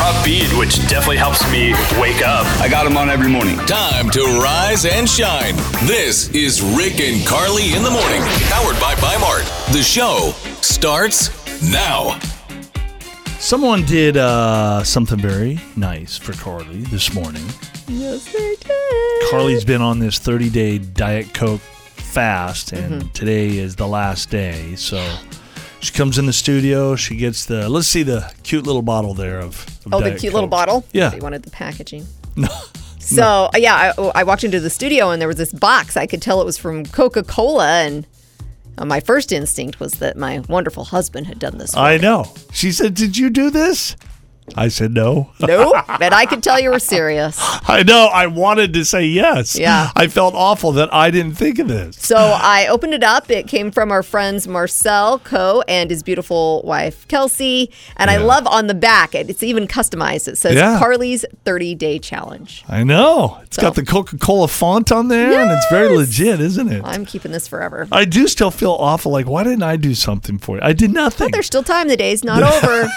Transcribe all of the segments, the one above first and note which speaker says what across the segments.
Speaker 1: upbeat, which definitely helps me wake up.
Speaker 2: I got them on every morning.
Speaker 3: Time to rise and shine. This is Rick and Carly in the morning, powered by Mart. The show starts now.
Speaker 4: Someone did uh, something very nice for Carly this morning.
Speaker 5: Yes, they did.
Speaker 4: Carly's been on this 30 day Diet Coke fast, and
Speaker 5: Mm-hmm.
Speaker 4: today is the last day. So she comes in the studio. She gets the, let's see the cute little bottle there of, of
Speaker 5: Oh, the
Speaker 4: Diet
Speaker 5: cute little
Speaker 4: Coke.
Speaker 5: bottle.
Speaker 4: Yeah.
Speaker 5: So you wanted the packaging. So uh, yeah, I, I walked into the studio and there was this box. I could tell it was from Coca Cola, and uh, my first instinct was that my wonderful husband had done this.
Speaker 4: I know. She said, Did you do this? I said, No.
Speaker 5: nope, but I could tell you were serious.
Speaker 4: I know. I wanted to say yes.
Speaker 5: Yeah.
Speaker 4: I felt awful that I didn't think of this.
Speaker 5: So I opened it up. It came from our friends Marcel Coe and his beautiful wife Kelsey. And I
Speaker 4: Yeah.
Speaker 5: love on the back, it- it's even customized. It says
Speaker 4: Yeah.
Speaker 5: Carly's 30 Day Challenge.
Speaker 4: I know. It's got
Speaker 5: So-
Speaker 4: the Coca Cola font on there, and it's very legit, isn't it?
Speaker 5: I'm keeping this forever.
Speaker 4: I do still feel awful. Like, why didn't I do something for you? I did nothing.
Speaker 5: But there's still time. The day's not over.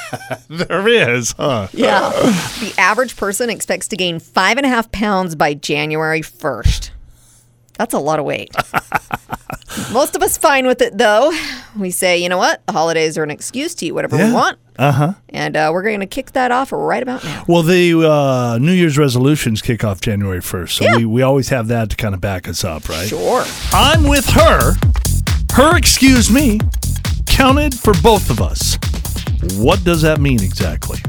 Speaker 4: there is, huh?
Speaker 5: Yeah. The average person expects to gain five and a half pounds by January 1st. That's a lot of weight. Most of us fine with it, though. We say, you know what? The holidays are an excuse to eat whatever
Speaker 4: Yeah.
Speaker 5: we want. Uh-huh. And uh, we're going to kick that off right about now.
Speaker 4: Well, the uh, New Year's resolutions kick off January 1st. So
Speaker 5: Yeah.
Speaker 4: we, we always have that to kind of back us up, right?
Speaker 5: Sure.
Speaker 4: I'm with her. Her excuse me counted for both of us. What does that mean exactly?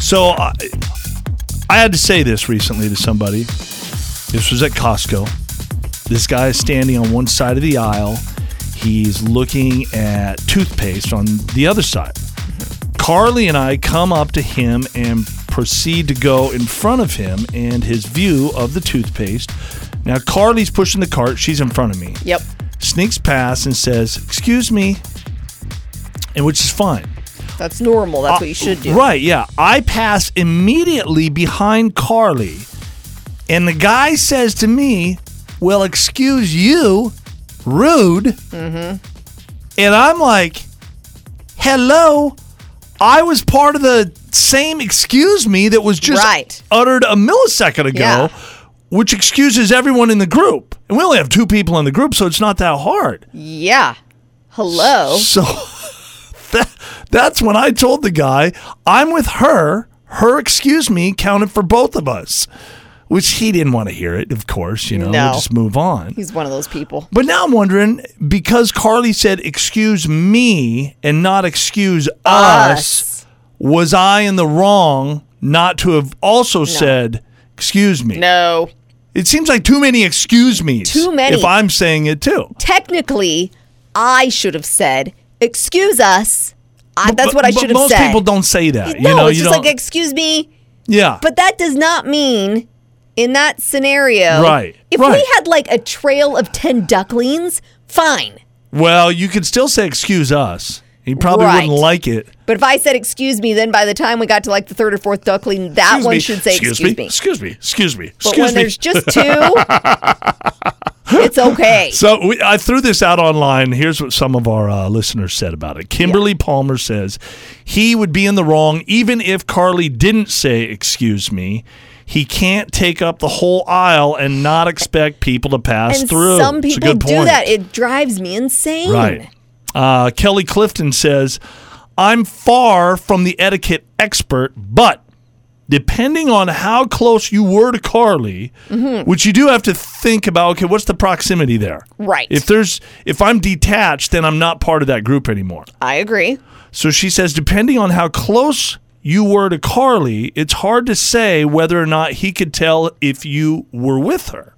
Speaker 4: So I, I had to say this recently to somebody. This was at Costco. This guy is standing on one side of the aisle. He's looking at toothpaste on the other side. Carly and I come up to him and proceed to go in front of him and his view of the toothpaste. Now, Carly's pushing the cart. She's in front of me.
Speaker 5: Yep.
Speaker 4: Sneaks past and says, Excuse me, and which is fine.
Speaker 5: That's normal. That's what you should do.
Speaker 4: Right, yeah. I pass immediately behind Carly, and the guy says to me, Well, excuse you, rude.
Speaker 5: Mm-hmm.
Speaker 4: And I'm like, Hello, I was part of the same excuse me that was just
Speaker 5: Right.
Speaker 4: uttered a millisecond ago,
Speaker 5: Yeah.
Speaker 4: which excuses everyone in the group. And we only have two people in the group, so it's not that hard.
Speaker 5: Yeah. Hello.
Speaker 4: So that, that's when I told the guy, I'm with her. Her, excuse me, counted for both of us, which he didn't want to hear it, of course, you know,
Speaker 5: No.
Speaker 4: we'll just move on.
Speaker 5: He's one of those people.
Speaker 4: But now I'm wondering because Carly said, excuse me and not excuse us,
Speaker 5: Us.
Speaker 4: was I in the wrong not to have also said, excuse me?
Speaker 5: No.
Speaker 4: It seems like too many excuse me's.
Speaker 5: Too many.
Speaker 4: If I'm saying it too.
Speaker 5: Technically, I should have said, excuse us. I, that's what I
Speaker 4: But
Speaker 5: should have
Speaker 4: most
Speaker 5: said.
Speaker 4: people don't say that.
Speaker 5: no,
Speaker 4: you know,
Speaker 5: it's
Speaker 4: you
Speaker 5: just
Speaker 4: don't,
Speaker 5: like, excuse me.
Speaker 4: yeah.
Speaker 5: But that does not mean in that scenario.
Speaker 4: Right,
Speaker 5: If
Speaker 4: right.
Speaker 5: we had like a trail of 10 ducklings, fine.
Speaker 4: Well, you could still say excuse us. He probably
Speaker 5: Right.
Speaker 4: wouldn't like it.
Speaker 5: But if I said excuse me, then by the time we got to like the third or fourth duckling, that Uh, one should say excuse, me.
Speaker 4: Excuse me. Excuse me.
Speaker 5: But
Speaker 4: Excuse
Speaker 5: when
Speaker 4: me.
Speaker 5: there's just two, it's okay.
Speaker 4: so we, I threw this out online. Here's what some of our uh, listeners said about it. Kimberly Palmer says he would be in the wrong even if Carly didn't say excuse me. He can't take up the whole aisle and not expect people to pass
Speaker 5: and
Speaker 4: through.
Speaker 5: some
Speaker 4: It's a
Speaker 5: people
Speaker 4: good
Speaker 5: do
Speaker 4: point.
Speaker 5: that. It drives me insane.
Speaker 4: Right. Uh, Kelly Clifton says, I'm far from the etiquette expert, but depending on how close you were to Carly, which you do have to think about, okay, what's the proximity there?
Speaker 5: Right.
Speaker 4: If there's if I'm detached, then I'm not part of that group anymore.
Speaker 5: I agree.
Speaker 4: So she says, depending on how close you were to Carly, it's hard to say whether or not he could tell if you were with her.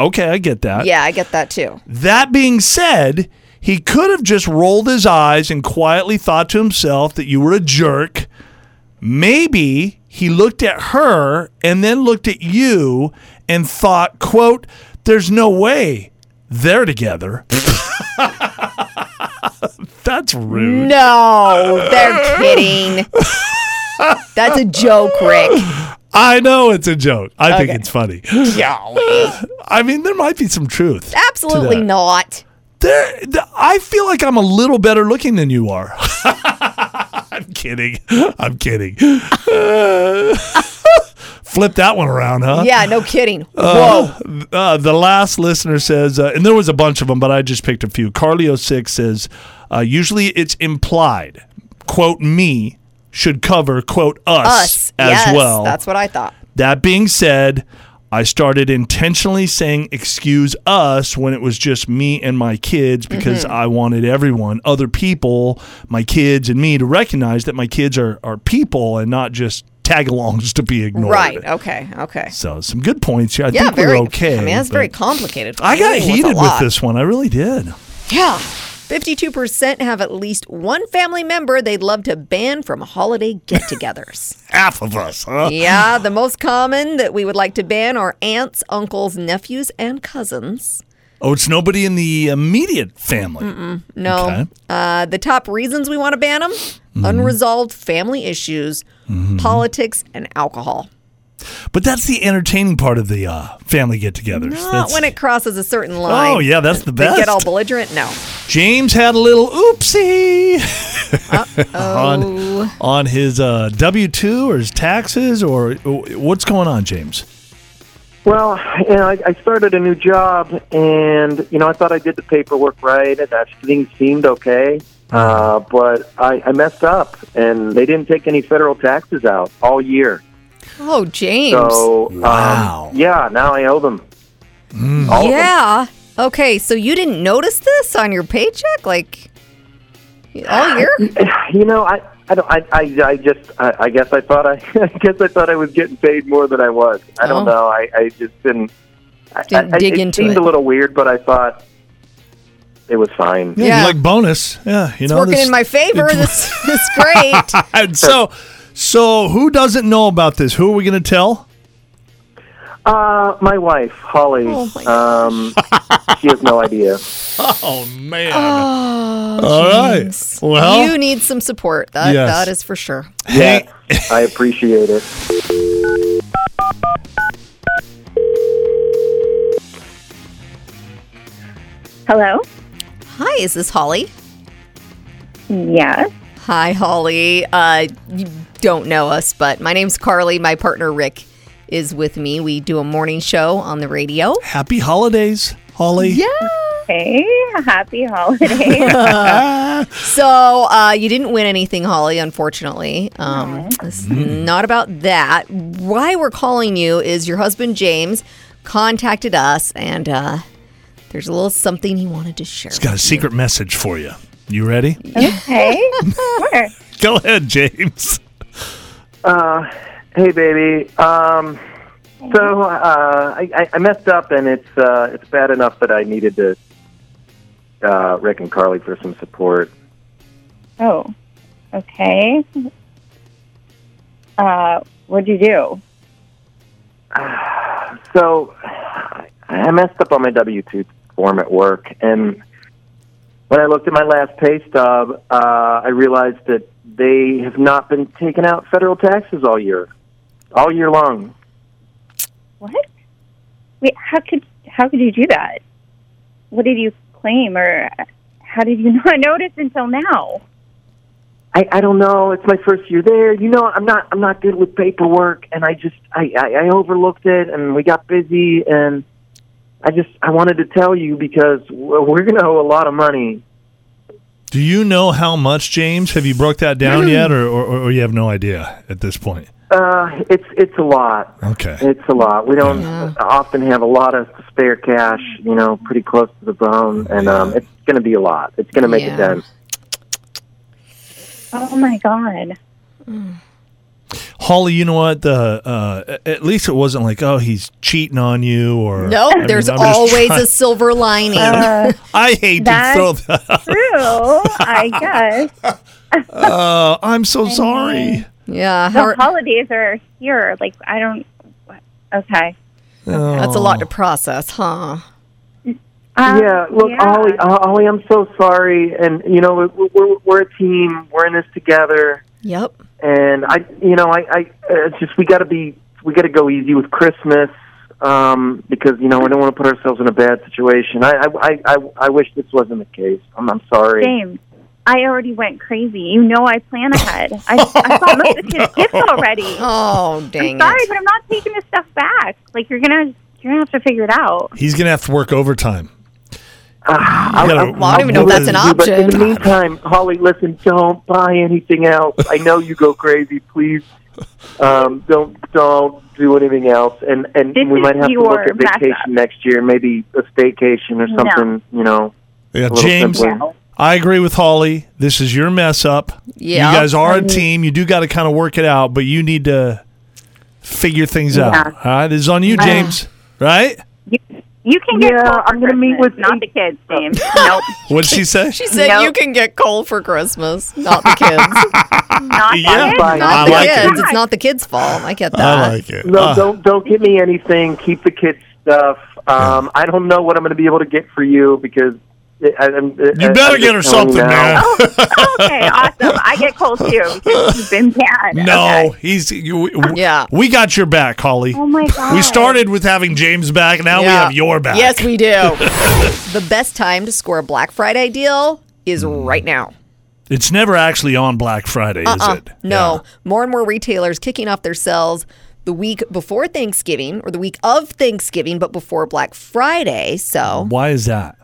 Speaker 4: Okay, I get that.
Speaker 5: Yeah, I get that too.
Speaker 4: That being said, he could have just rolled his eyes and quietly thought to himself that you were a jerk. Maybe he looked at her and then looked at you and thought, quote, there's no way they're together. That's rude.
Speaker 5: No, they're kidding. That's a joke, Rick.
Speaker 4: I know it's a joke. I
Speaker 5: Okay.
Speaker 4: think it's funny. I mean, there might be some truth.
Speaker 5: Absolutely
Speaker 4: that.
Speaker 5: not.
Speaker 4: There, th- I feel like I'm a little better looking than you are. I'm kidding. I'm kidding. Uh, flip that one around, huh?
Speaker 5: Yeah, no kidding. Whoa.
Speaker 4: Uh, uh, the last listener says, uh, and there was a bunch of them, but I just picked a few. Carly06 says, uh, usually it's implied, quote, me should cover, quote, us,
Speaker 5: Us.
Speaker 4: as
Speaker 5: yes,
Speaker 4: well.
Speaker 5: That's what I thought.
Speaker 4: That being said, I started intentionally saying excuse us when it was just me and my kids because
Speaker 5: Mm-hmm.
Speaker 4: I wanted everyone, other people, my kids and me to recognize that my kids are, are people and not just tag-alongs to be ignored.
Speaker 5: Right. Okay. Okay.
Speaker 4: So some good points here. I
Speaker 5: Yeah,
Speaker 4: think
Speaker 5: very.
Speaker 4: we're okay.
Speaker 5: I mean, that's
Speaker 4: but
Speaker 5: very complicated.
Speaker 4: I got
Speaker 5: Ooh, that's a
Speaker 4: heated with
Speaker 5: lot.
Speaker 4: this one. I really did.
Speaker 5: Yeah. 52% have at least one family member they'd love to ban from holiday get togethers.
Speaker 4: Half of us, huh?
Speaker 5: yeah, the most common that we would like to ban are aunts, uncles, nephews, and cousins.
Speaker 4: Oh, it's nobody in the immediate family.
Speaker 5: No.
Speaker 4: Okay. Mm-hmm.
Speaker 5: Uh, the top reasons we want to ban them unresolved family issues, politics, and alcohol.
Speaker 4: But that's the entertaining part of the uh, family get-togethers.
Speaker 5: Not
Speaker 4: That's-
Speaker 5: when it crosses a certain line.
Speaker 4: Oh, yeah, that's the
Speaker 5: They get all
Speaker 4: best.
Speaker 5: belligerent? No.
Speaker 4: James had a little oopsie on, on his uh, W two or his taxes or what's going on, James?
Speaker 2: Well, you know, I, I started a new job, and you know, I thought I did the paperwork right, and that things seemed okay. Uh, but I, I messed up, and they didn't take any federal taxes out all year.
Speaker 5: Oh, James.
Speaker 2: So,
Speaker 4: Wow.
Speaker 2: um, yeah, now I owe them. All of them.
Speaker 5: Yeah. Okay, so you didn't notice this on your paycheck, like oh, all year?
Speaker 2: You know, I, I don't, I, I, I just, I, I guess I thought I, I guess I thought I was getting paid more than I was. I don't
Speaker 5: Oh.
Speaker 2: know. I, I just didn't. I-
Speaker 5: Didn't
Speaker 2: I,
Speaker 5: dig
Speaker 2: it
Speaker 5: into
Speaker 2: seemed
Speaker 5: it.
Speaker 2: a little weird, but I thought it was fine.
Speaker 5: Yeah.
Speaker 4: like bonus. Yeah, you know,
Speaker 5: Working
Speaker 4: this-
Speaker 5: in my favor. This is great.
Speaker 4: And so, so who doesn't know about this? Who are we going to tell?
Speaker 2: Uh, my wife, Holly.
Speaker 5: Oh, my
Speaker 2: um, she has no idea.
Speaker 4: Oh man! All right. Well,
Speaker 5: Oh, you need some support. That,
Speaker 4: Yes.
Speaker 5: that is for sure.
Speaker 4: hey,
Speaker 2: I appreciate it.
Speaker 6: Hello?
Speaker 5: Hi, is this Holly?
Speaker 6: Yes.
Speaker 5: Hi, Holly. Uh, you don't know us, but my name's Carly. My partner Rick is with me. We do a morning show on the radio.
Speaker 4: happy holidays, Holly. Yeah.
Speaker 6: Hey, happy holidays.
Speaker 5: So uh, you didn't win anything, Holly. Unfortunately, um, it's not about that. Why we're calling you is your husband James contacted us, and uh, there's a little something he wanted to share.
Speaker 4: Got a secret message for you. You ready?
Speaker 6: hey, sure.
Speaker 4: Go ahead, James.
Speaker 2: Uh, hey, baby. Um, so uh, I, I- I messed up, and it's uh, it's bad enough that I needed to uh, Rick and Carly for some support.
Speaker 6: Oh, okay. Uh, what'd you do?
Speaker 2: So I I messed up on my W two form at work, and when I looked at my last pay stub, uh, I realized that they have not been taking out federal taxes all year, all year long.
Speaker 6: What? Wait, how could how could you do that? What did you claim, or how did you not notice until now?
Speaker 2: I, I don't know. It's my first year there. You know, I'm not I'm not good with paperwork, and I just I, I, I overlooked it, and we got busy, and I just I wanted to tell you because we're we're gonna owe a lot of money.
Speaker 4: Do you know how much, James? Have you broke that
Speaker 5: Mm-hmm.
Speaker 4: down yet, or, or, or you have no idea at this point?
Speaker 2: Uh, it's it's a lot.
Speaker 4: Okay.
Speaker 2: It's a lot. We don't often have a lot of spare cash, you know, pretty close to the bone, and um, it's going to be a lot. It's going to make
Speaker 5: Yeah.
Speaker 2: a dent.
Speaker 6: Oh my god.
Speaker 4: Holly, you know what? The uh, at least it wasn't like, oh, he's cheating on you, or
Speaker 5: Nope,
Speaker 4: I mean,
Speaker 5: there's
Speaker 4: I'm just
Speaker 5: always
Speaker 4: trying-
Speaker 5: a silver lining.
Speaker 4: I hate
Speaker 6: That-
Speaker 4: to throw that.
Speaker 6: True, I guess.
Speaker 4: Uh, I'm so sorry.
Speaker 5: yeah, how
Speaker 6: The
Speaker 5: are-
Speaker 6: holidays are here. Like I don't. Okay.
Speaker 5: that's a
Speaker 4: Oh.
Speaker 5: lot to process, huh?
Speaker 6: Um,
Speaker 2: yeah, look,
Speaker 6: yeah.
Speaker 2: Ollie, uh, Ollie, I'm so sorry, and you know, we're, we're, we're a team. We're in this together.
Speaker 5: Yep.
Speaker 2: and I, you know, I, I it's just we got to be, we got to go easy with Christmas um, because you know we don't want to put ourselves in a bad situation. I, I, I, I, I wish this wasn't the case. I'm, I'm sorry.
Speaker 6: James, I already went crazy. You know, I plan ahead. I, I bought most of his gifts already.
Speaker 5: Oh, dang
Speaker 6: Sorry,
Speaker 5: it.
Speaker 6: but I'm not taking this stuff back. Like you're gonna, you're gonna have to figure it out.
Speaker 4: Oh. He's gonna have to work overtime.
Speaker 2: I,
Speaker 4: gotta-
Speaker 5: Well, I don't even know if that's an
Speaker 2: But in the
Speaker 5: option.
Speaker 2: meantime, Holly, listen, don't buy anything else. I know you go crazy. Please, um, don't don't do anything else. And and
Speaker 6: This
Speaker 2: we
Speaker 6: is
Speaker 2: might have to
Speaker 6: your
Speaker 2: look at
Speaker 6: mess-up.
Speaker 2: vacation next year, maybe a staycation or
Speaker 6: No.
Speaker 2: something. You know,
Speaker 4: Yeah,
Speaker 2: a little
Speaker 4: James,
Speaker 2: simpler.
Speaker 4: I agree with Holly. This is your mess up.
Speaker 5: Yeah.
Speaker 4: You guys are a team. You do got to kind of work it out, but you need to figure things out. All right. This is on you, James. right?
Speaker 6: You, you can get.
Speaker 2: Yeah,
Speaker 6: Colt for
Speaker 2: I'm gonna meet
Speaker 6: Christmas,
Speaker 2: with
Speaker 6: not
Speaker 2: eight-
Speaker 6: the kids, James. nope,
Speaker 4: What'd she say?
Speaker 5: She said
Speaker 6: Nope.
Speaker 5: you can get coal for Christmas, not the kids.
Speaker 6: not
Speaker 4: Yeah.
Speaker 6: the kids.
Speaker 2: Bye.
Speaker 5: not
Speaker 4: I
Speaker 5: the
Speaker 4: like
Speaker 5: kids.
Speaker 4: it.
Speaker 5: It's not the kids' fault. I get that.
Speaker 4: I like it.
Speaker 2: No,
Speaker 4: Ah,
Speaker 2: don't don't get me anything. Keep the kids stuff. Um, I don't know what I'm going to be able to get for you because I, I'm.
Speaker 4: you better get her something, man.
Speaker 6: okay, awesome. I get cold too because you've been bad.
Speaker 4: No,
Speaker 6: Okay.
Speaker 4: he's. You, w-
Speaker 5: Yeah.
Speaker 4: We got your back, Holly.
Speaker 6: Oh my god.
Speaker 4: We started with having James back. Now we
Speaker 5: Yeah.
Speaker 4: have your back.
Speaker 5: Yes, we do. the best time to score a Black Friday deal is
Speaker 4: Hmm.
Speaker 5: right now.
Speaker 4: It's never actually on Black Friday, is it?
Speaker 5: Uh-uh. No, more and more retailers kicking off their sales the week before Thanksgiving or the week of Thanksgiving, but before Black Friday. So
Speaker 4: Why is that?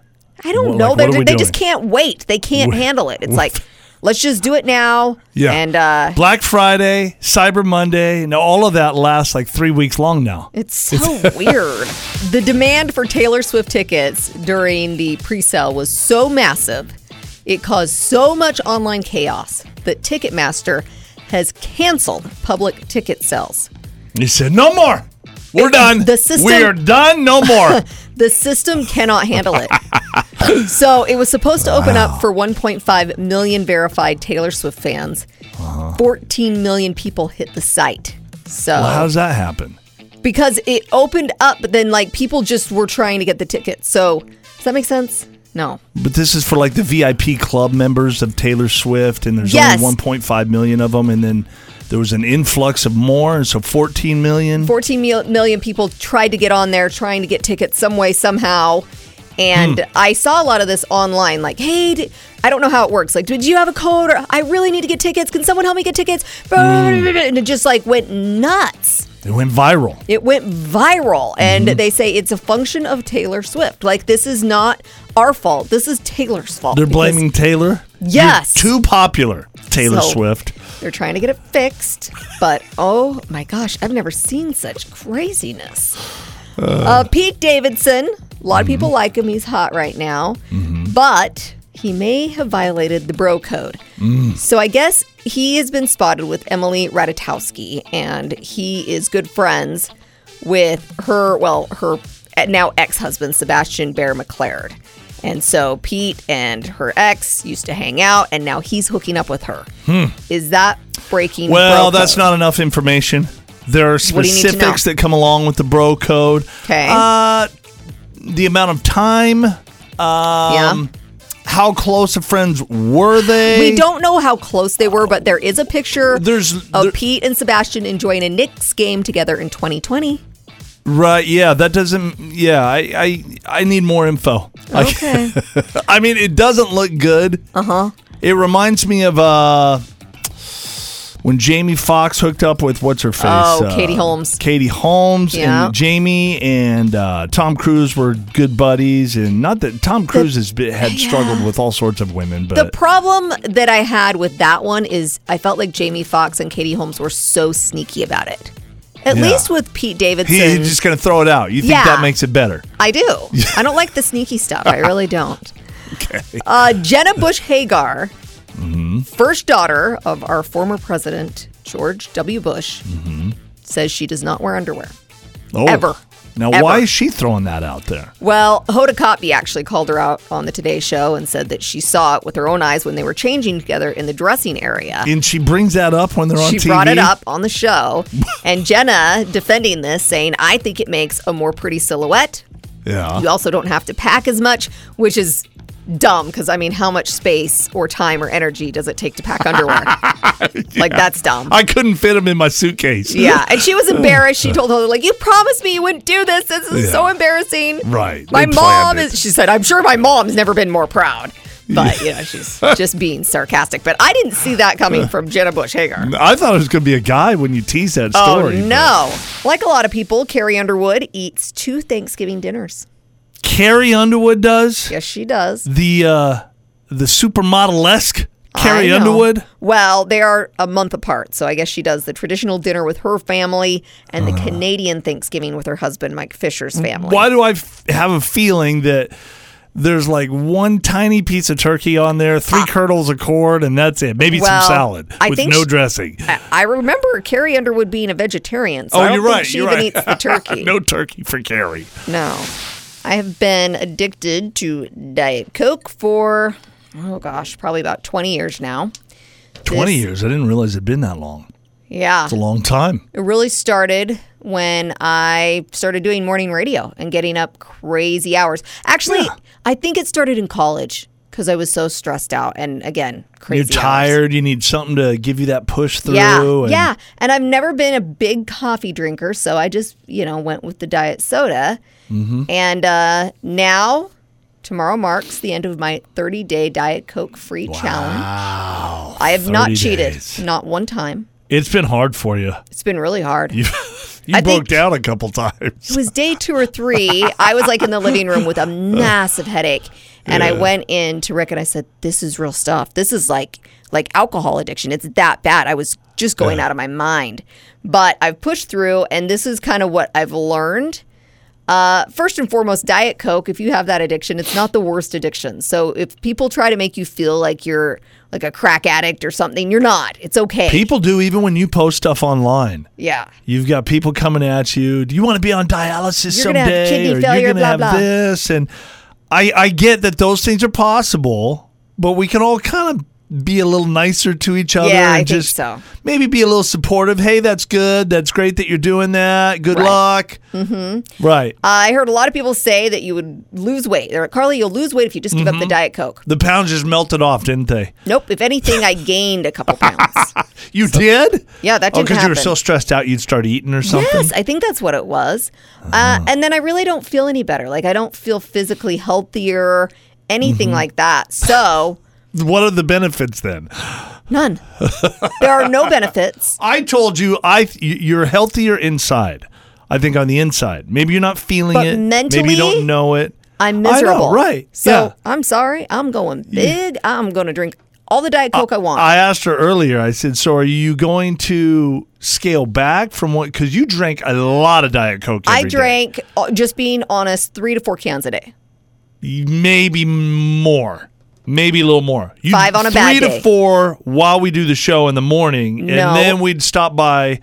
Speaker 5: I don't
Speaker 4: Well,
Speaker 5: know.
Speaker 4: like,
Speaker 5: They
Speaker 4: what are we
Speaker 5: they just
Speaker 4: doing?
Speaker 5: can't wait. They can't handle it. It's like, let's just do it now.
Speaker 4: Yeah.
Speaker 5: And uh,
Speaker 4: Black Friday, Cyber Monday, and all of that lasts like three weeks long now.
Speaker 5: It's so weird. The demand for Taylor Swift tickets during the pre sale was so massive, it caused so much online chaos that Ticketmaster has canceled public ticket sales.
Speaker 4: He said, "No more. We're done.
Speaker 5: the system-
Speaker 4: we are done. No more."
Speaker 5: The system cannot handle it. so it was supposed to open up for 1.5 million verified Taylor Swift fans. 14 million people hit the site. So
Speaker 4: well, how's that happen?
Speaker 5: because it opened up, but then like people just were trying to get the tickets. So does that make sense? No.
Speaker 4: But this is for like the VIP club members of Taylor Swift, and there's only
Speaker 5: Yes.
Speaker 4: 1.5 million of them, and then there was an influx of more, and so 14 million.
Speaker 5: 14 mil- million people tried to get on there, trying to get tickets some way, somehow. And
Speaker 4: Hmm.
Speaker 5: I saw a lot of this online, like, hey, di- I don't know how it works. Like, did you have a code? Or I really need to get tickets. Can someone help me get tickets?
Speaker 4: Hmm.
Speaker 5: And it just like went nuts.
Speaker 4: It went viral.
Speaker 5: It went viral. And
Speaker 4: Mm-hmm.
Speaker 5: they say it's a function of Taylor Swift. Like, this is not our fault. This is Taylor's fault.
Speaker 4: They're
Speaker 5: because
Speaker 4: blaming Taylor. You're
Speaker 5: Yes.
Speaker 4: too popular, Taylor
Speaker 5: So-
Speaker 4: Swift.
Speaker 5: They're trying to get it fixed, but oh my gosh, I've never seen such craziness. Uh, Pete Davidson, a lot of people like him. He's hot right now,
Speaker 4: Mm-hmm.
Speaker 5: but he may have violated the bro code.
Speaker 4: Mm.
Speaker 5: So I guess he has been spotted with Emily Ratajkowski, and he is good friends with her, well, her now ex husband, Sebastian Bear McLeod. And so Pete and her ex used to hang out, and now he's hooking up with her. Is that breaking?
Speaker 4: Hmm. Well,
Speaker 5: bro
Speaker 4: that's
Speaker 5: code?
Speaker 4: not enough information. There are
Speaker 5: What do you need to
Speaker 4: specifics
Speaker 5: know?
Speaker 4: that come along with the bro code.
Speaker 5: 'Kay.
Speaker 4: Uh, the amount of time,
Speaker 5: Yeah.
Speaker 4: how close of friends were they?
Speaker 5: We don't Oh, know how close they were, but there is a picture
Speaker 4: There's-
Speaker 5: of
Speaker 4: um, there-
Speaker 5: Pete and Sebastian enjoying a Knicks game together in 2020.
Speaker 4: Right. Yeah. That doesn't. Yeah. I. I. I need more info. I-
Speaker 5: Okay.
Speaker 4: I mean, it doesn't look good. Uh
Speaker 5: Uh-huh.
Speaker 4: huh. It reminds me of uh, when Jamie Foxx hooked up with what's her face?
Speaker 5: Oh,
Speaker 4: Uh,
Speaker 5: Katie Holmes.
Speaker 4: Katie Holmes
Speaker 5: Yeah.
Speaker 4: and Jamie and uh, Tom Cruise were good buddies, and not that Tom Cruise has been, had struggled with all sorts of women,
Speaker 5: the
Speaker 4: but
Speaker 5: problem that I had with that one is I felt like Jamie Foxx and Katie Holmes were so sneaky about it. At
Speaker 4: Yeah.
Speaker 5: least with Pete Davidson,
Speaker 4: he, he's just gonna throw it out. You think
Speaker 5: Yeah.
Speaker 4: that makes it better?
Speaker 5: I do. I don't like the sneaky stuff. I really don't. Uh, Jenna Bush Hagar,
Speaker 4: Mm-hmm.
Speaker 5: first daughter of our former president George W. Bush,
Speaker 4: Mm-hmm.
Speaker 5: says she does not wear underwear.
Speaker 4: Oh.
Speaker 5: Ever.
Speaker 4: Now,
Speaker 5: Ever.
Speaker 4: why is she throwing that out there?
Speaker 5: Well, Hoda Kotb actually called her out on the Today Show and said that she saw it with her own eyes when they were changing together in the dressing area.
Speaker 4: And she brings that up when they're on
Speaker 5: She
Speaker 4: TV.
Speaker 5: brought it up on the show, and Jenna defending this, saying, I think it makes a more pretty silhouette.
Speaker 4: Yeah.
Speaker 5: You also don't have to pack as much, which is dumb because I mean, how much space or time or energy does it take to pack underwear? Like, that's dumb.
Speaker 4: I couldn't fit them in my suitcase.
Speaker 5: yeah, and she was embarrassed. She told her, like, you promised me you wouldn't do this. This is
Speaker 4: Yeah.
Speaker 5: so embarrassing.
Speaker 4: Right.
Speaker 5: My
Speaker 4: They planned
Speaker 5: mom
Speaker 4: it.
Speaker 5: is, she said, I'm sure my mom's never been more proud. But you know, she's just being sarcastic. But I didn't see that coming from Jenna Bush Hager.
Speaker 4: I thought it was going to be a guy when you tease that
Speaker 5: Oh
Speaker 4: story.
Speaker 5: no! Like a lot of people, Carrie Underwood eats two Thanksgiving dinners.
Speaker 4: Carrie Underwood does
Speaker 5: Yes, she does.
Speaker 4: the uh, the supermodel esque Carrie
Speaker 5: I know.
Speaker 4: Underwood.
Speaker 5: Well, they are a month apart, so I guess she does the traditional dinner with her family and
Speaker 4: Uh.
Speaker 5: the Canadian Thanksgiving with her husband Mike Fisher's family.
Speaker 4: Why do I f- have a feeling that there's like one tiny piece of turkey on there, three kernels of corn, and that's it? Maybe
Speaker 5: Ah. Well,
Speaker 4: some salad
Speaker 5: I
Speaker 4: with
Speaker 5: think
Speaker 4: no
Speaker 5: she-
Speaker 4: dressing.
Speaker 5: I, I remember Carrie Underwood being a vegetarian. So
Speaker 4: oh,
Speaker 5: I don't
Speaker 4: you're
Speaker 5: think
Speaker 4: right.
Speaker 5: She
Speaker 4: you're
Speaker 5: even
Speaker 4: right.
Speaker 5: eats the turkey.
Speaker 4: no turkey for Carrie.
Speaker 5: No. I have been addicted to Diet Coke for, oh gosh, probably about 20 years now.
Speaker 4: 20
Speaker 5: This-
Speaker 4: years. I didn't realize it'd been that long.
Speaker 5: Yeah.
Speaker 4: It's a long time.
Speaker 5: It really started when I started doing morning radio and getting up crazy hours. Actually, I think it started in college because I was so stressed out. And again,
Speaker 4: You're
Speaker 5: crazy. hours.
Speaker 4: tired. You need something to give you that push through.
Speaker 5: Yeah,
Speaker 4: and-
Speaker 5: yeah. And I've never been a big coffee drinker, so I just you know went with the diet soda.
Speaker 4: Mm-hmm.
Speaker 5: And uh, now, tomorrow marks the end of my 30 day diet Coke free challenge. I have not
Speaker 4: 30
Speaker 5: cheated,
Speaker 4: days.
Speaker 5: not one time.
Speaker 4: It's been hard for you.
Speaker 5: It's been really hard.
Speaker 4: You, you
Speaker 5: I
Speaker 4: broke
Speaker 5: think-
Speaker 4: down a couple times.
Speaker 5: It was day two or three. I was like in the living room with a massive headache, and I went in to Rick and I said, "This is real stuff. This is like like alcohol addiction. It's that bad." I was just going out of my mind, but I've pushed through, and this is kind of what I've learned. Uh, first and foremost, Diet Coke, if you have that addiction, it's not the worst addiction. So if people try to make you feel like you're like a crack addict or something, you're not. It's okay.
Speaker 4: People do even when you post stuff online.
Speaker 5: yeah.
Speaker 4: You've got people coming at you. Do you want to be on dialysis
Speaker 5: You're gonna have
Speaker 4: someday?
Speaker 5: kidney
Speaker 4: or
Speaker 5: failure,
Speaker 4: you're gonna
Speaker 5: blah,
Speaker 4: have
Speaker 5: blah.
Speaker 4: this, and I, I get that those things are possible, but we can all kind of be a little nicer to each other.
Speaker 5: Yeah, I
Speaker 4: and
Speaker 5: think
Speaker 4: just
Speaker 5: so.
Speaker 4: Maybe be a little supportive. Hey, that's good. That's great that you're doing that. Good
Speaker 5: Right.
Speaker 4: luck. Mm-hmm. Right.
Speaker 5: I heard a lot of people say that you would lose weight. They're like, Carly, you'll lose weight if you just give up
Speaker 4: Mm-hmm.
Speaker 5: the Diet Coke.
Speaker 4: The pounds just melted off, didn't they?
Speaker 5: Nope. If anything, I gained a couple pounds.
Speaker 4: You did?
Speaker 5: Yeah, that
Speaker 4: Oh,
Speaker 5: didn't
Speaker 4: because you were
Speaker 5: happen.
Speaker 4: so stressed out, you'd start eating or something. Uh-huh.
Speaker 5: yes, I think that's what it was. Uh, and then I really don't feel any better. Like, I don't feel physically healthier, anything
Speaker 4: Mm-hmm.
Speaker 5: like that. So,
Speaker 4: What are the benefits then?
Speaker 5: none. there are no benefits.
Speaker 4: I told you, I th- y- you're healthier inside. I think on the inside, maybe you're not feeling
Speaker 5: But
Speaker 4: it. maybe
Speaker 5: mentally,
Speaker 4: you don't know it.
Speaker 5: I'm
Speaker 4: I know,
Speaker 5: miserable.
Speaker 4: right?
Speaker 5: So,
Speaker 4: yeah.
Speaker 5: I'm sorry. I'm going big. I'm going to drink all the Diet Coke I want.
Speaker 4: Uh, I asked her earlier. I said, "So are you going to scale back from what? Because you drank a lot of Diet Coke.
Speaker 5: I
Speaker 4: every day.
Speaker 5: drank, uh, just being honest, three to four cans a day.
Speaker 4: maybe more, maybe a little more. You,
Speaker 5: Five on a bad
Speaker 4: three to
Speaker 5: day.
Speaker 4: four while we do the show in the morning,
Speaker 5: No.
Speaker 4: and then we'd stop by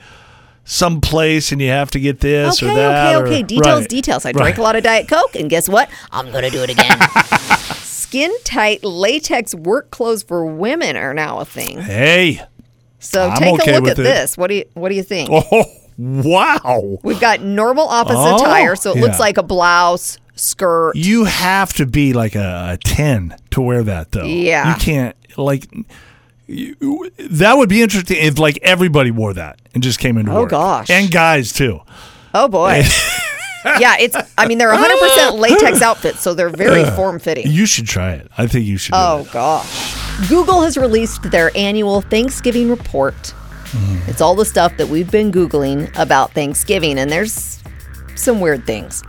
Speaker 4: some place, and you have to get this
Speaker 5: okay,
Speaker 4: or that.
Speaker 5: okay,
Speaker 4: or-
Speaker 5: okay. Details,
Speaker 4: right,
Speaker 5: details. I
Speaker 4: right.
Speaker 5: drank a lot of Diet Coke, and guess what? I'm going to do it again. Skin tight latex work clothes for women are now a thing.
Speaker 4: Hey,
Speaker 5: So
Speaker 4: I'm
Speaker 5: take
Speaker 4: okay
Speaker 5: a look
Speaker 4: with
Speaker 5: at
Speaker 4: it.
Speaker 5: this. What do you What do you think?
Speaker 4: oh wow.
Speaker 5: We've got normal office
Speaker 4: Oh,
Speaker 5: attire, so it
Speaker 4: yeah.
Speaker 5: looks like a blouse, skirt.
Speaker 4: You have to be like a, a 10 to wear that, though.
Speaker 5: Yeah.
Speaker 4: You can't, like, you, that would be interesting if, like, everybody wore that and just came into
Speaker 5: Oh,
Speaker 4: work.
Speaker 5: gosh.
Speaker 4: And guys, too.
Speaker 5: Oh boy. yeah, it's. I mean, they're 100 percent latex outfits, so they're very form fitting.
Speaker 4: You should try it. I think you should.
Speaker 5: Oh
Speaker 4: Do it.
Speaker 5: gosh. Google has released their annual Thanksgiving report.
Speaker 4: Mm.
Speaker 5: It's all the stuff that we've been Googling about Thanksgiving, and there's some weird things.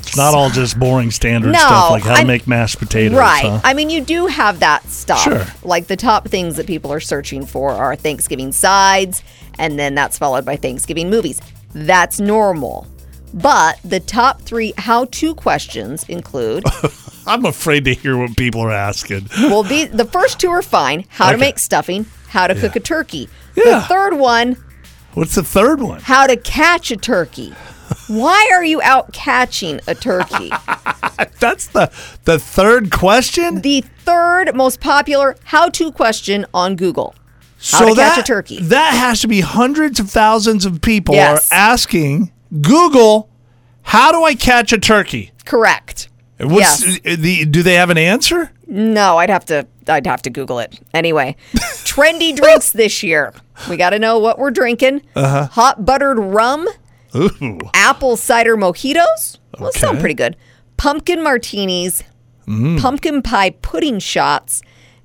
Speaker 4: It's not all just boring standard
Speaker 5: No,
Speaker 4: stuff like how to
Speaker 5: I'm-
Speaker 4: make mashed potatoes.
Speaker 5: Right.
Speaker 4: huh?
Speaker 5: I mean, you do have that stuff.
Speaker 4: Sure.
Speaker 5: Like the top things that people are searching for are Thanksgiving sides, and then that's followed by Thanksgiving movies. That's normal. But the top three how to questions include
Speaker 4: I'm afraid to hear what people are asking.
Speaker 5: Well, the, the first two are fine. How to
Speaker 4: Okay.
Speaker 5: make stuffing, how to cook a turkey.
Speaker 4: Yeah.
Speaker 5: The third one,
Speaker 4: What's the third one?
Speaker 5: how to catch a turkey. Why are you out catching a turkey?
Speaker 4: That's the the third question.
Speaker 5: the third most popular how to question on Google. How
Speaker 4: so
Speaker 5: to
Speaker 4: that,
Speaker 5: catch a turkey.
Speaker 4: That has to be hundreds of thousands of people
Speaker 5: Yes.
Speaker 4: are asking Google, how do I catch a turkey?
Speaker 5: Correct.
Speaker 4: What's
Speaker 5: Yes.
Speaker 4: the do they have an answer?
Speaker 5: No, I'd have to I'd have to Google it. Anyway, trendy drinks this year. We got to know what we're drinking. Uh-huh. Hot buttered rum,
Speaker 4: Ooh.
Speaker 5: apple cider mojitos. Well,
Speaker 4: Okay.
Speaker 5: sound
Speaker 4: Mm.
Speaker 5: pretty good. Pumpkin martinis pumpkin pie pudding shots,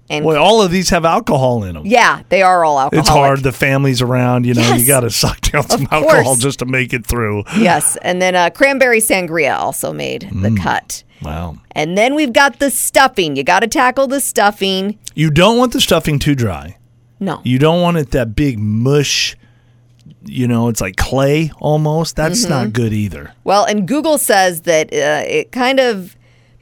Speaker 5: and
Speaker 4: Boy, all of these have alcohol in them.
Speaker 5: yeah, they are all alcoholic.
Speaker 4: It's hard. The family's around. You know, you
Speaker 5: Yes.
Speaker 4: got to suck down some
Speaker 5: course.
Speaker 4: alcohol just to make it through.
Speaker 5: Yes, and then uh, cranberry sangria also made the cut.
Speaker 4: Wow.
Speaker 5: And then we've got the stuffing. You got to tackle the stuffing.
Speaker 4: You don't want the stuffing too dry.
Speaker 5: No.
Speaker 4: You don't want it that big mush. You know, it's like clay almost. That's not
Speaker 5: Mm-hmm.
Speaker 4: good either.
Speaker 5: Well, and Google says that uh, it kind of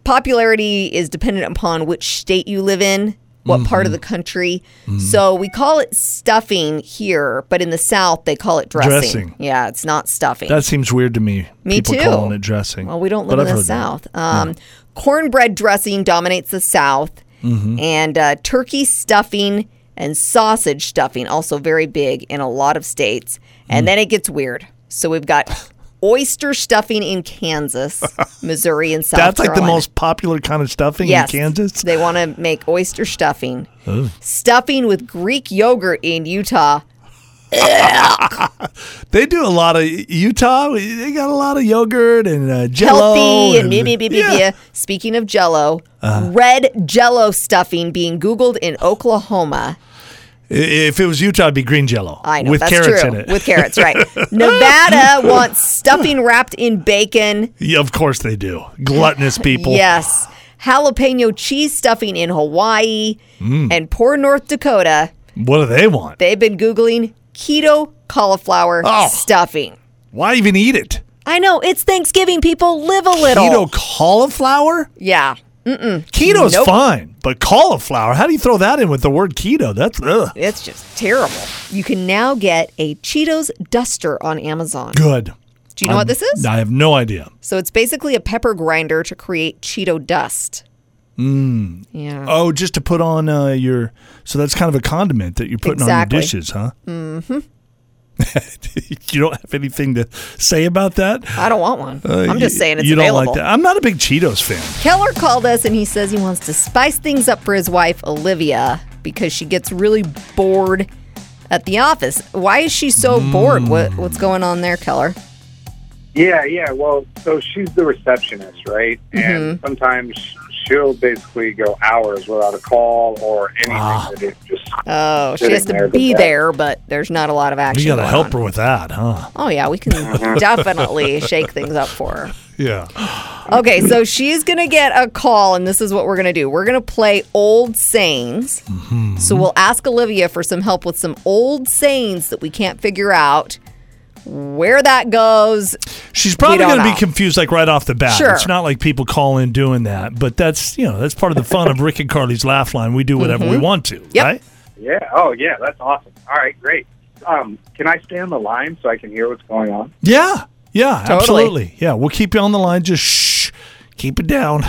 Speaker 5: popularity is dependent upon which state you live in, what part of the country. So we call it stuffing here, but in the South they call it dressing.
Speaker 4: Dressing.
Speaker 5: Yeah, it's not stuffing.
Speaker 4: That seems weird to me.
Speaker 5: Me
Speaker 4: People
Speaker 5: too.
Speaker 4: calling it dressing.
Speaker 5: well, we don't
Speaker 4: But
Speaker 5: live
Speaker 4: I've
Speaker 5: in the
Speaker 4: heard that.
Speaker 5: South. Um, Cornbread dressing dominates the South,
Speaker 4: Mm-hmm.
Speaker 5: and uh, turkey stuffing and sausage stuffing also very big in a lot of states.
Speaker 4: Mm.
Speaker 5: And then it gets weird. So we've got oyster stuffing in Kansas, Missouri, and South
Speaker 4: That's like the
Speaker 5: Carolina.
Speaker 4: most popular kind of stuffing
Speaker 5: Yes,
Speaker 4: in Kansas.
Speaker 5: They want to make oyster stuffing, stuffing with Greek yogurt in Utah.
Speaker 4: They do a lot of Utah. They got a lot of yogurt and uh, Jello.
Speaker 5: healthy and blah, blah, blah, blah,
Speaker 4: Yeah. Uh-huh.
Speaker 5: blah. Speaking of Jello, red Jello stuffing being Googled in Oklahoma.
Speaker 4: I- If it was Utah, it'd be green Jello
Speaker 5: I know
Speaker 4: with
Speaker 5: that's
Speaker 4: carrots
Speaker 5: true.
Speaker 4: in it.
Speaker 5: With carrots, right? Nevada wants stuffing wrapped in bacon.
Speaker 4: Yeah, of course they do. Gluttonous people.
Speaker 5: Yes, jalapeno cheese stuffing in Hawaii,
Speaker 4: Mm.
Speaker 5: and poor North Dakota.
Speaker 4: What do they want?
Speaker 5: They've been Googling keto cauliflower
Speaker 4: Oh.
Speaker 5: stuffing.
Speaker 4: Why even eat it?
Speaker 5: I know it's Thanksgiving. People live a little.
Speaker 4: Keto cauliflower?
Speaker 5: Yeah.
Speaker 4: Keto's
Speaker 5: Nope.
Speaker 4: fine, but cauliflower? How do you throw that in with the word keto? That's ugh.
Speaker 5: It's just terrible. You can now get a Cheetos duster on Amazon.
Speaker 4: good.
Speaker 5: Do you know what this is?
Speaker 4: I have no idea.
Speaker 5: So it's basically a pepper grinder to create Cheeto dust. Mm. Yeah.
Speaker 4: Oh, just to put on uh, your. So that's kind of a condiment that you're putting
Speaker 5: Exactly.
Speaker 4: on your dishes, huh? Mm-hmm. you don't have anything to say about that?
Speaker 5: I don't want one.
Speaker 4: Uh,
Speaker 5: I'm just
Speaker 4: you-
Speaker 5: saying it's
Speaker 4: you
Speaker 5: available.
Speaker 4: don't like that. I'm not a big Cheetos fan.
Speaker 5: Keller called us and he says he wants to spice things up for his wife, Olivia, because she gets really bored at the office. Why is she so bored?
Speaker 4: Hmm.
Speaker 5: What, what's going on there, Keller?
Speaker 7: Yeah, yeah. Well, so she's the receptionist, right? And sometimes she'll basically go hours without a call or anything. That is just
Speaker 5: Oh, she
Speaker 7: Sitting
Speaker 5: has to
Speaker 7: there,
Speaker 5: be
Speaker 7: but-
Speaker 5: there, but there's not a lot of action.
Speaker 4: You got to
Speaker 5: going
Speaker 4: help
Speaker 5: on.
Speaker 4: her with that, huh?
Speaker 5: Oh, yeah, we can definitely shake things up for her.
Speaker 4: Yeah.
Speaker 5: Okay, so she's going to get a call, and this is what we're going to do. We're going to play old sayings. So we'll ask Olivia for some help with some old sayings that we can't figure out where that goes.
Speaker 4: She's probably
Speaker 5: don't
Speaker 4: going to be
Speaker 5: know.
Speaker 4: confused, like right off the bat.
Speaker 5: Sure.
Speaker 4: It's not like people call in doing that, but that's you know that's part of the fun of Rick and Carly's laugh line. We do whatever we want to,
Speaker 5: Mm-hmm. Yep.
Speaker 4: right?
Speaker 7: yeah. Oh, yeah. That's awesome. All right, great. Um, can I stay on the line so I can hear what's going on?
Speaker 4: Yeah, yeah,
Speaker 5: Totally.
Speaker 4: absolutely. Yeah, we'll keep you on the line. Just shh, keep it down.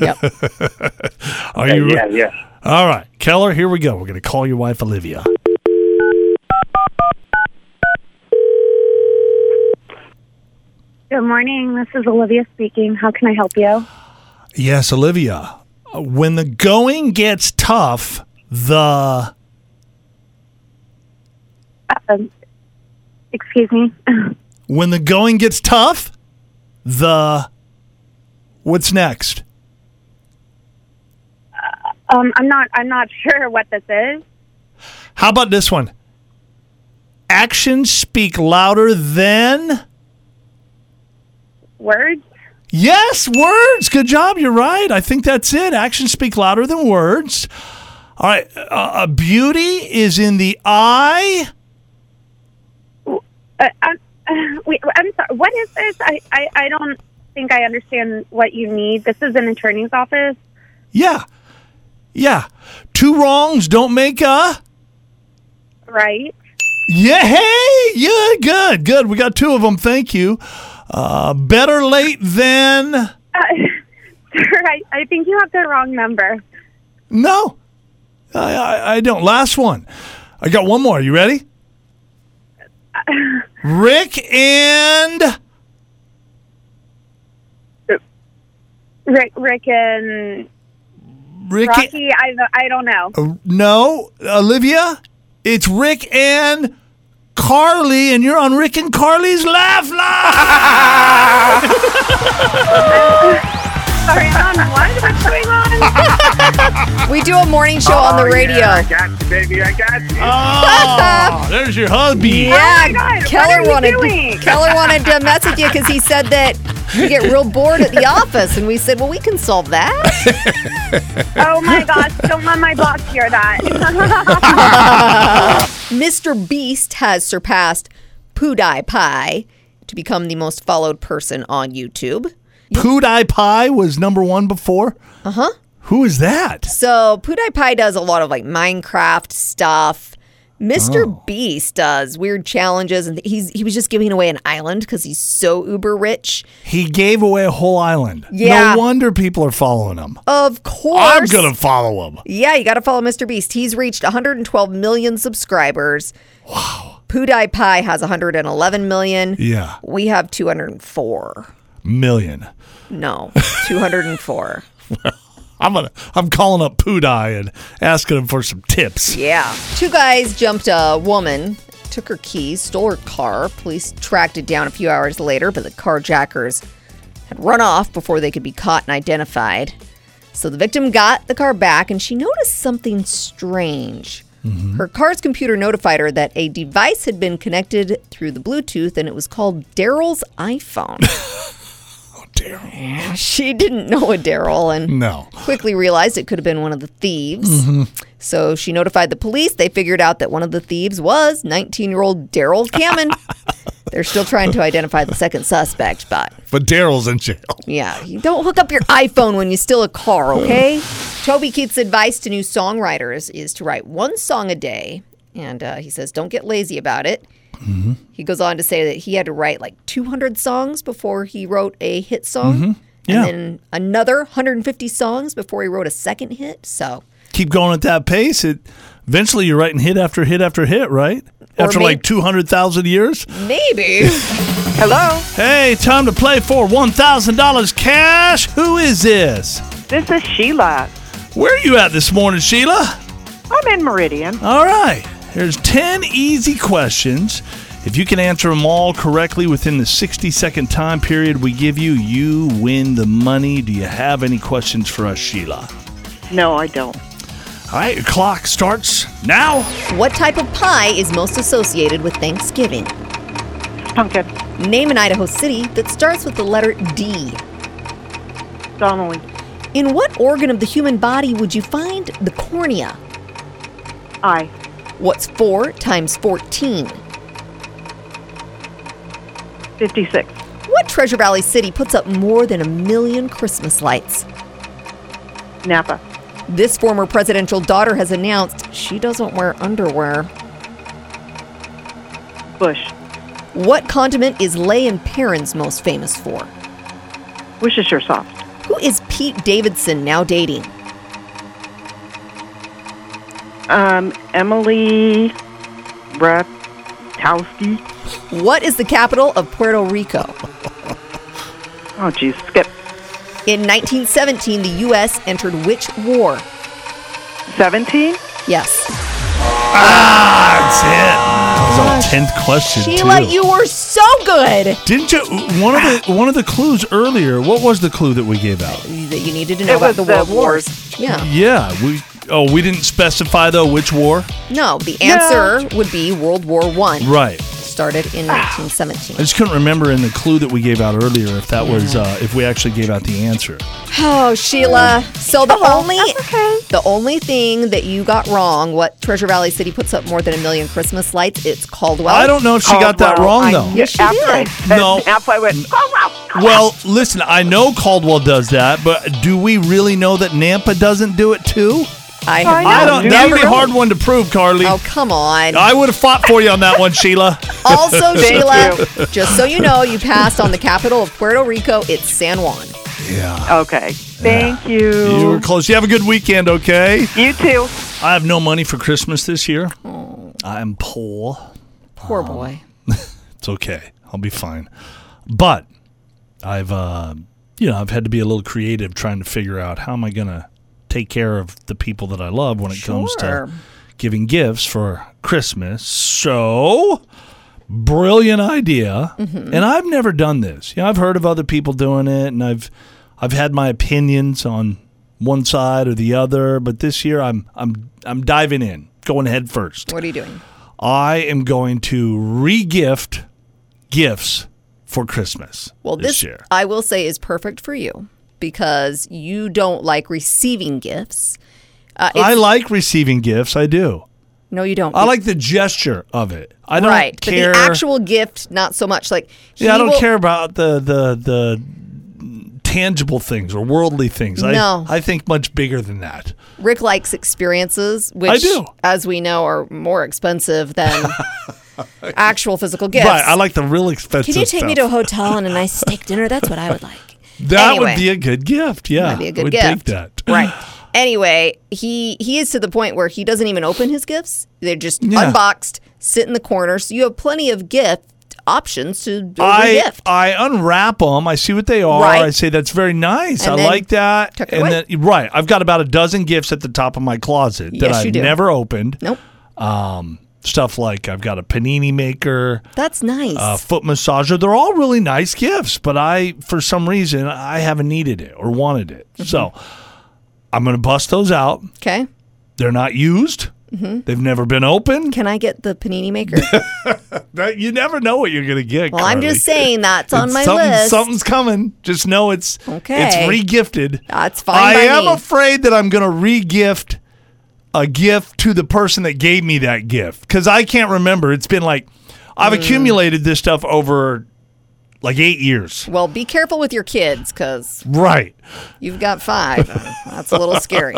Speaker 5: Yep.
Speaker 4: Are you?
Speaker 7: Uh, yeah, yeah.
Speaker 4: All right, Keller. Here we go. We're going to call your wife Olivia.
Speaker 6: Good morning. This is Olivia speaking. How can I help you?
Speaker 4: Yes, Olivia. When the going gets tough, the
Speaker 6: Um, Excuse me.
Speaker 4: when the going gets tough, the what's next?
Speaker 6: Um, I'm not. I'm not sure what this is.
Speaker 4: How about this one? Actions speak louder than
Speaker 6: Words.
Speaker 4: yes words. Good job. You're right. I think that's it. Actions speak louder than words. All right. Uh, uh, beauty is in the eye.
Speaker 6: Uh, I'm, uh, wait, I'm sorry. What is this? I, I, I don't think I understand what you need. This is an attorney's office.
Speaker 4: Yeah, yeah. Two wrongs don't make a.
Speaker 6: Right.
Speaker 4: Yeah, hey, yeah, good, good. We got two of them. Thank you. Uh, better late than
Speaker 6: Uh, sir, I, I think you have the wrong number.
Speaker 4: no. I, I, I don't. Last one. I got one more. You ready? Rick and
Speaker 6: Rick, Rick and
Speaker 4: Rick.
Speaker 6: Rocky, I, I don't know.
Speaker 4: and- no, Olivia. It's Rick and Carly, and you're on Rick and Carly's Laugh Line.
Speaker 6: Sorry, I'm on what? What's going on?
Speaker 5: We do a morning show on the
Speaker 7: Oh,
Speaker 5: radio.
Speaker 7: Yeah, I got you, baby. I got you.
Speaker 4: Oh, there's your hubby.
Speaker 5: Yeah,
Speaker 6: Oh my God,
Speaker 5: Keller
Speaker 6: what are
Speaker 5: wanted
Speaker 6: you doing?
Speaker 5: Keller wanted to mess with you because he said that you get real bored at the office, and we said, "Well, we can solve that."
Speaker 6: Oh my gosh, don't let my boss hear that.
Speaker 5: Mr. Beast has surpassed Pudai Pie to become the most followed person on YouTube.
Speaker 4: Pudai Pie was number one before. Uh
Speaker 5: Uh-huh.
Speaker 4: huh. Who is that?
Speaker 5: So Pudai Pie does a lot of like Minecraft stuff. Mr.
Speaker 4: Oh.
Speaker 5: Beast does weird challenges, and he's he was just giving away an island because he's so uber rich.
Speaker 4: He gave away a whole island.
Speaker 5: Yeah.
Speaker 4: No wonder people are following him.
Speaker 5: Of course,
Speaker 4: I'm gonna follow him.
Speaker 5: Yeah, you got to follow Mr. Beast. He's reached 112 million subscribers. Wow. Pudai Pie has 111 million.
Speaker 4: Yeah,
Speaker 5: We have 204.
Speaker 4: million.
Speaker 5: No, 204.
Speaker 4: I'm gonna. I'm calling up Pudai and asking him for some tips.
Speaker 5: Yeah. Two guys jumped a woman, took her keys, stole her car. Police tracked it down a few hours later, but the carjackers had run off before they could be caught and identified. So the victim got the car back and she noticed something strange. Her car's computer notified her that a device had been connected through the Bluetooth and it was called Daryl's iPhone.
Speaker 4: Oh, damn.
Speaker 5: she didn't know a Daryl and
Speaker 4: No.
Speaker 5: quickly realized it could have been one of the thieves. So she notified the police. They figured out that one of the thieves was 19 year old Daryl Cameron. They're still trying to identify the second suspect, but
Speaker 4: But Daryl's in jail.
Speaker 5: yeah, you don't hook up your iPhone when you steal a car, okay? Toby Keith's advice to new songwriters is to write one song a day. And uh, he says, don't get lazy about it. He goes on to say that he had to write like 200 songs before he wrote a hit song.
Speaker 4: Yeah.
Speaker 5: And then another 150 songs before he wrote a second hit. So,
Speaker 4: Keep going at that pace. It. Eventually, you're writing hit after hit after hit, right?
Speaker 5: Or
Speaker 4: after
Speaker 5: may-
Speaker 4: like two hundred thousand years.
Speaker 5: maybe.
Speaker 8: Hello,
Speaker 4: Hey, time to play for one thousand dollars cash. Who is this?
Speaker 8: this is Sheila.
Speaker 4: Where are you at this morning, Sheila?
Speaker 8: I'm in Meridian.
Speaker 4: All right. Here's 10 easy questions. If you can answer them all correctly within the 60 second time period we give you, you win the money. Do you have any questions for us, Sheila?
Speaker 8: No, I don't.
Speaker 4: All right, your clock starts now.
Speaker 5: what type of pie is most associated with Thanksgiving?
Speaker 8: Pumpkin.
Speaker 5: Name an Idaho city that starts with the letter D.
Speaker 8: Donnelly.
Speaker 5: In what organ of the human body would you find the cornea?
Speaker 8: I.
Speaker 5: What's 4 times 14?
Speaker 8: 56.
Speaker 5: What Treasure Valley city puts up more than a million Christmas lights?
Speaker 8: Napa.
Speaker 5: This former presidential daughter has announced she doesn't wear underwear.
Speaker 8: Bush.
Speaker 5: What condiment is Lay and Perrins most famous for?
Speaker 8: Worcestershire sauce.
Speaker 5: Who is Pete Davidson now dating?
Speaker 8: Um, Emily Ratowski.
Speaker 5: What is the capital of Puerto Rico?
Speaker 8: Oh, geez. Skip.
Speaker 5: In 1917, the U.S. entered which war?
Speaker 8: 17?
Speaker 5: Yes.
Speaker 4: That's it. That was our 10th question,
Speaker 5: Sheila,
Speaker 4: too.
Speaker 5: you were so good
Speaker 4: Didn't you? One of the one of the clues earlier. What was the clue that we gave out?
Speaker 5: that you needed to know
Speaker 8: It
Speaker 5: about
Speaker 8: was
Speaker 5: the
Speaker 8: the
Speaker 5: world
Speaker 8: wars.
Speaker 5: wars. Yeah.
Speaker 4: Yeah, we. Oh, we didn't specify though which war.
Speaker 5: No, the answer would be World War One.
Speaker 4: Right.
Speaker 5: Started in
Speaker 4: I
Speaker 5: 1917.
Speaker 4: just couldn't remember in the clue that we gave out earlier if that was uh, if we actually gave out the answer.
Speaker 5: Oh, Sheila. So the only the only thing that you got wrong, what Treasure Valley City puts up more than a million Christmas lights, it's Caldwell.
Speaker 4: I don't know if Oh, she got that
Speaker 8: Caldwell.
Speaker 4: wrong
Speaker 8: I-
Speaker 4: though.
Speaker 5: Yes, she
Speaker 8: after I
Speaker 5: did.
Speaker 8: said
Speaker 4: No.
Speaker 8: Napa, I went, oh, wow.
Speaker 4: Well, listen, I know Caldwell does that, but do we really know that Nampa doesn't do it too?
Speaker 5: I have
Speaker 4: I
Speaker 5: not.
Speaker 4: don't. That'd be a hard one to prove, Carly.
Speaker 5: Oh, come on.
Speaker 4: I would have fought for you on that one, Sheila.
Speaker 5: Also, Sheila, just so you know, you passed on the capital of Puerto Rico. It's San Juan.
Speaker 4: Yeah.
Speaker 8: Okay. Thank you.
Speaker 4: You were close. You have a good weekend, okay?
Speaker 8: You too.
Speaker 4: I have no money for Christmas this year. I'm poor.
Speaker 5: Poor boy.
Speaker 4: It's okay. I'll be fine. But I've, uh, you know, I've had to be a little creative trying to figure out how am I going to take care of the people that I love when it comes
Speaker 5: Sure.
Speaker 4: to giving gifts for Christmas. So brilliant idea. And I've never done this. You know, I've heard of other people doing it and I've I've had my opinions on one side or the other, but this year I'm I'm I'm diving in, going head first.
Speaker 5: What are you doing?
Speaker 4: I am going to regift gifts for Christmas.
Speaker 5: Well,
Speaker 4: this,
Speaker 5: this,
Speaker 4: year.
Speaker 5: I will say is perfect for you because you don't like receiving gifts. Uh, it's-
Speaker 4: I like receiving gifts. I do.
Speaker 5: no, you don't.
Speaker 4: I like the gesture of it. I don't
Speaker 5: right,
Speaker 4: care.
Speaker 5: but the actual gift, not so much. Like he
Speaker 4: yeah, I don't
Speaker 5: will-
Speaker 4: care about the the the tangible things or worldly things.
Speaker 5: No.
Speaker 4: I, I think much bigger than that.
Speaker 5: Rick likes experiences, which,
Speaker 4: do.
Speaker 5: as we know, are more expensive than actual physical gifts.
Speaker 4: Right. I like the real expensive.
Speaker 5: Can you take me to a
Speaker 4: stuff.
Speaker 5: hotel and a nice steak dinner? That's what I would like.
Speaker 4: That
Speaker 5: Anyway.
Speaker 4: would be a good gift. Yeah,
Speaker 5: That'd be a good
Speaker 4: would
Speaker 5: gift.
Speaker 4: Take that.
Speaker 5: Right. Anyway, he he is to the point where he doesn't even open his gifts. They're just
Speaker 4: Yeah.
Speaker 5: unboxed, sit in the corner. So you have plenty of gift options to do
Speaker 4: I uh,
Speaker 5: your gift.
Speaker 4: I unwrap them. I see what they are.
Speaker 5: Right.
Speaker 4: I say that's very nice.
Speaker 5: And
Speaker 4: I
Speaker 5: then
Speaker 4: like that.
Speaker 5: tuck it
Speaker 4: and
Speaker 5: away.
Speaker 4: then right, I've got about a dozen gifts at the top of my closet that
Speaker 5: Yes, you
Speaker 4: I've
Speaker 5: do.
Speaker 4: never opened. Um,
Speaker 5: nope.
Speaker 4: Stuff like I've got a panini maker,
Speaker 5: That's nice.
Speaker 4: a foot massager. They're all really nice gifts, but I for some reason I haven't needed it or wanted it.
Speaker 5: Mm-hmm.
Speaker 4: So I'm going to bust those out.
Speaker 5: okay.
Speaker 4: They're not used.
Speaker 5: Mm-hmm.
Speaker 4: They've never been opened.
Speaker 5: Can I get the panini maker?
Speaker 4: That- You never know what you're going to get.
Speaker 5: Well, I'm
Speaker 4: Carly.
Speaker 5: just saying that's on
Speaker 4: It's
Speaker 5: my
Speaker 4: something-
Speaker 5: list.
Speaker 4: Something's coming. Just know it's it's
Speaker 5: Okay.
Speaker 4: regifted.
Speaker 5: That's fine
Speaker 4: I
Speaker 5: by
Speaker 4: am
Speaker 5: me.
Speaker 4: afraid that I'm going to regift a gift to the person that gave me that gift because I can't remember. It's been like
Speaker 5: Mm.
Speaker 4: I've accumulated this stuff over like eight years.
Speaker 5: Well, be careful with your kids because
Speaker 4: Right?
Speaker 5: you've got five. That's a little scary.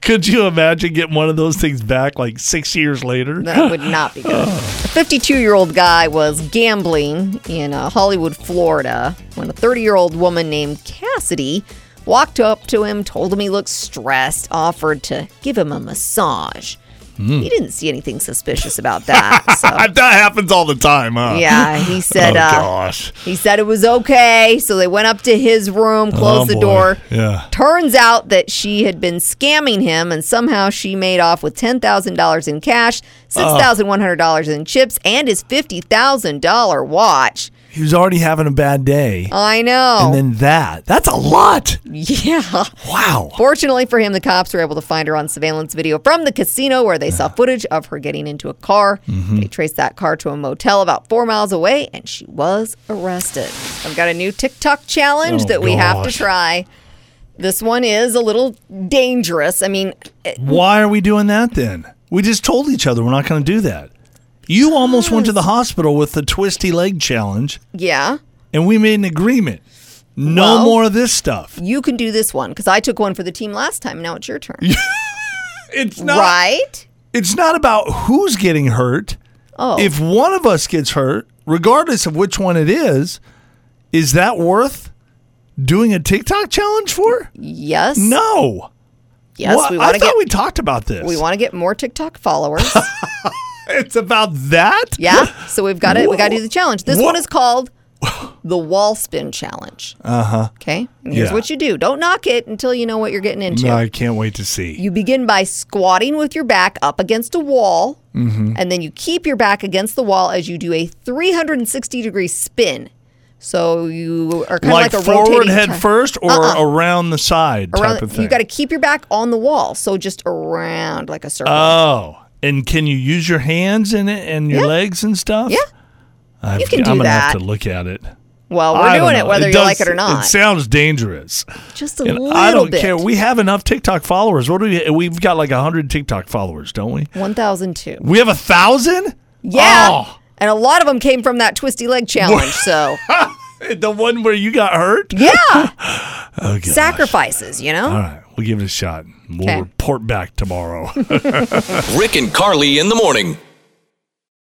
Speaker 4: Could you imagine getting one of those things back like six years later?
Speaker 5: That would not be good. A 52 year old guy was gambling in uh, Hollywood, Florida, when a 30 year old woman named Cassidy walked up to him, told him he looked stressed, offered to give him a massage. He didn't see anything suspicious about that. So.
Speaker 4: That happens all the time, huh?
Speaker 5: Yeah, he
Speaker 4: Oh
Speaker 5: said. uh,
Speaker 4: gosh.
Speaker 5: he said it was okay. So they went up to his room,
Speaker 4: Oh,
Speaker 5: closed the
Speaker 4: boy.
Speaker 5: door.
Speaker 4: Yeah.
Speaker 5: Turns out that she had been scamming him, and somehow she made off with ten thousand dollars in
Speaker 4: Oh.
Speaker 5: cash, six thousand one hundred dollars in chips, and his fifty thousand dollar watch.
Speaker 4: He was already having a bad day,
Speaker 5: I know.
Speaker 4: and then that—that's a lot.
Speaker 5: Oh. yeah.
Speaker 4: Wow.
Speaker 5: Fortunately for him, the cops were able to find her on surveillance video from the casino where they saw footage of her getting into a car.
Speaker 4: Mm-hmm.
Speaker 5: They traced that car to a motel about four miles away and she was arrested. I've got a new TikTok challenge
Speaker 4: Oh,
Speaker 5: that we have to
Speaker 4: gosh.
Speaker 5: try. This one is a little dangerous. I mean, it-
Speaker 4: Why are we doing that then? We just told each other we're not going to do that. You almost went to the hospital with the twisty leg challenge,
Speaker 5: yeah.
Speaker 4: and we made an agreement. No
Speaker 5: Well-
Speaker 4: more of this stuff.
Speaker 5: You can do this one because I took one for the team last time. Now it's your turn.
Speaker 4: It's not.
Speaker 5: Right?
Speaker 4: It's not about who's getting hurt.
Speaker 5: Oh.
Speaker 4: If one of us gets hurt, regardless of which one it is, is that worth doing a TikTok challenge for?
Speaker 5: Yes.
Speaker 4: No.
Speaker 5: Yes.
Speaker 4: What?
Speaker 5: We
Speaker 4: I
Speaker 5: want to
Speaker 4: thought
Speaker 5: get.
Speaker 4: we talked about this.
Speaker 5: we want to get more TikTok followers.
Speaker 4: It's about that.
Speaker 5: Yeah. So we've got it. We got to do the challenge. This
Speaker 4: Whoa.
Speaker 5: one is called the wall spin challenge. Uh huh. Okay. And here's
Speaker 4: Uh-huh. Yeah.
Speaker 5: what you do. Don't knock it until you know what you're getting into.
Speaker 4: No, I can't wait to see.
Speaker 5: You begin by squatting with your back up against a wall,
Speaker 4: Mm-hmm.
Speaker 5: and then you keep your back against the wall as you do a 360 degree spin. So you are kind
Speaker 4: like,
Speaker 5: of like a
Speaker 4: forward
Speaker 5: rotating
Speaker 4: head
Speaker 5: tri-
Speaker 4: first or
Speaker 5: Uh-uh.
Speaker 4: around the side type
Speaker 5: Around,
Speaker 4: of thing.
Speaker 5: you got to keep your back on the wall, so just around like a circle.
Speaker 4: oh, and can you use your hands in it and your legs and stuff?
Speaker 5: Yeah.
Speaker 4: I've,
Speaker 5: You can do
Speaker 4: I'm gonna have
Speaker 5: that.
Speaker 4: to look at it.
Speaker 5: well, we're
Speaker 4: I don't
Speaker 5: doing it
Speaker 4: know.
Speaker 5: whether you
Speaker 4: does-
Speaker 5: like it or
Speaker 4: It
Speaker 5: not.
Speaker 4: sounds dangerous.
Speaker 5: just a
Speaker 4: And
Speaker 5: little
Speaker 4: I don't
Speaker 5: bit.
Speaker 4: care. We have enough TikTok followers. What do we? We've got like hundred TikTok followers, don't we?
Speaker 5: 1002.
Speaker 4: We have a thousand.
Speaker 5: Yeah.
Speaker 4: Oh,
Speaker 5: And a lot of them came from that twisty leg challenge. So,
Speaker 4: the one where you got hurt.
Speaker 5: yeah,
Speaker 4: Okay.
Speaker 5: sacrifices, you know?
Speaker 4: All right, we'll give it a shot. We'll
Speaker 5: Okay.
Speaker 4: report back tomorrow.
Speaker 3: Rick and Carly in the morning.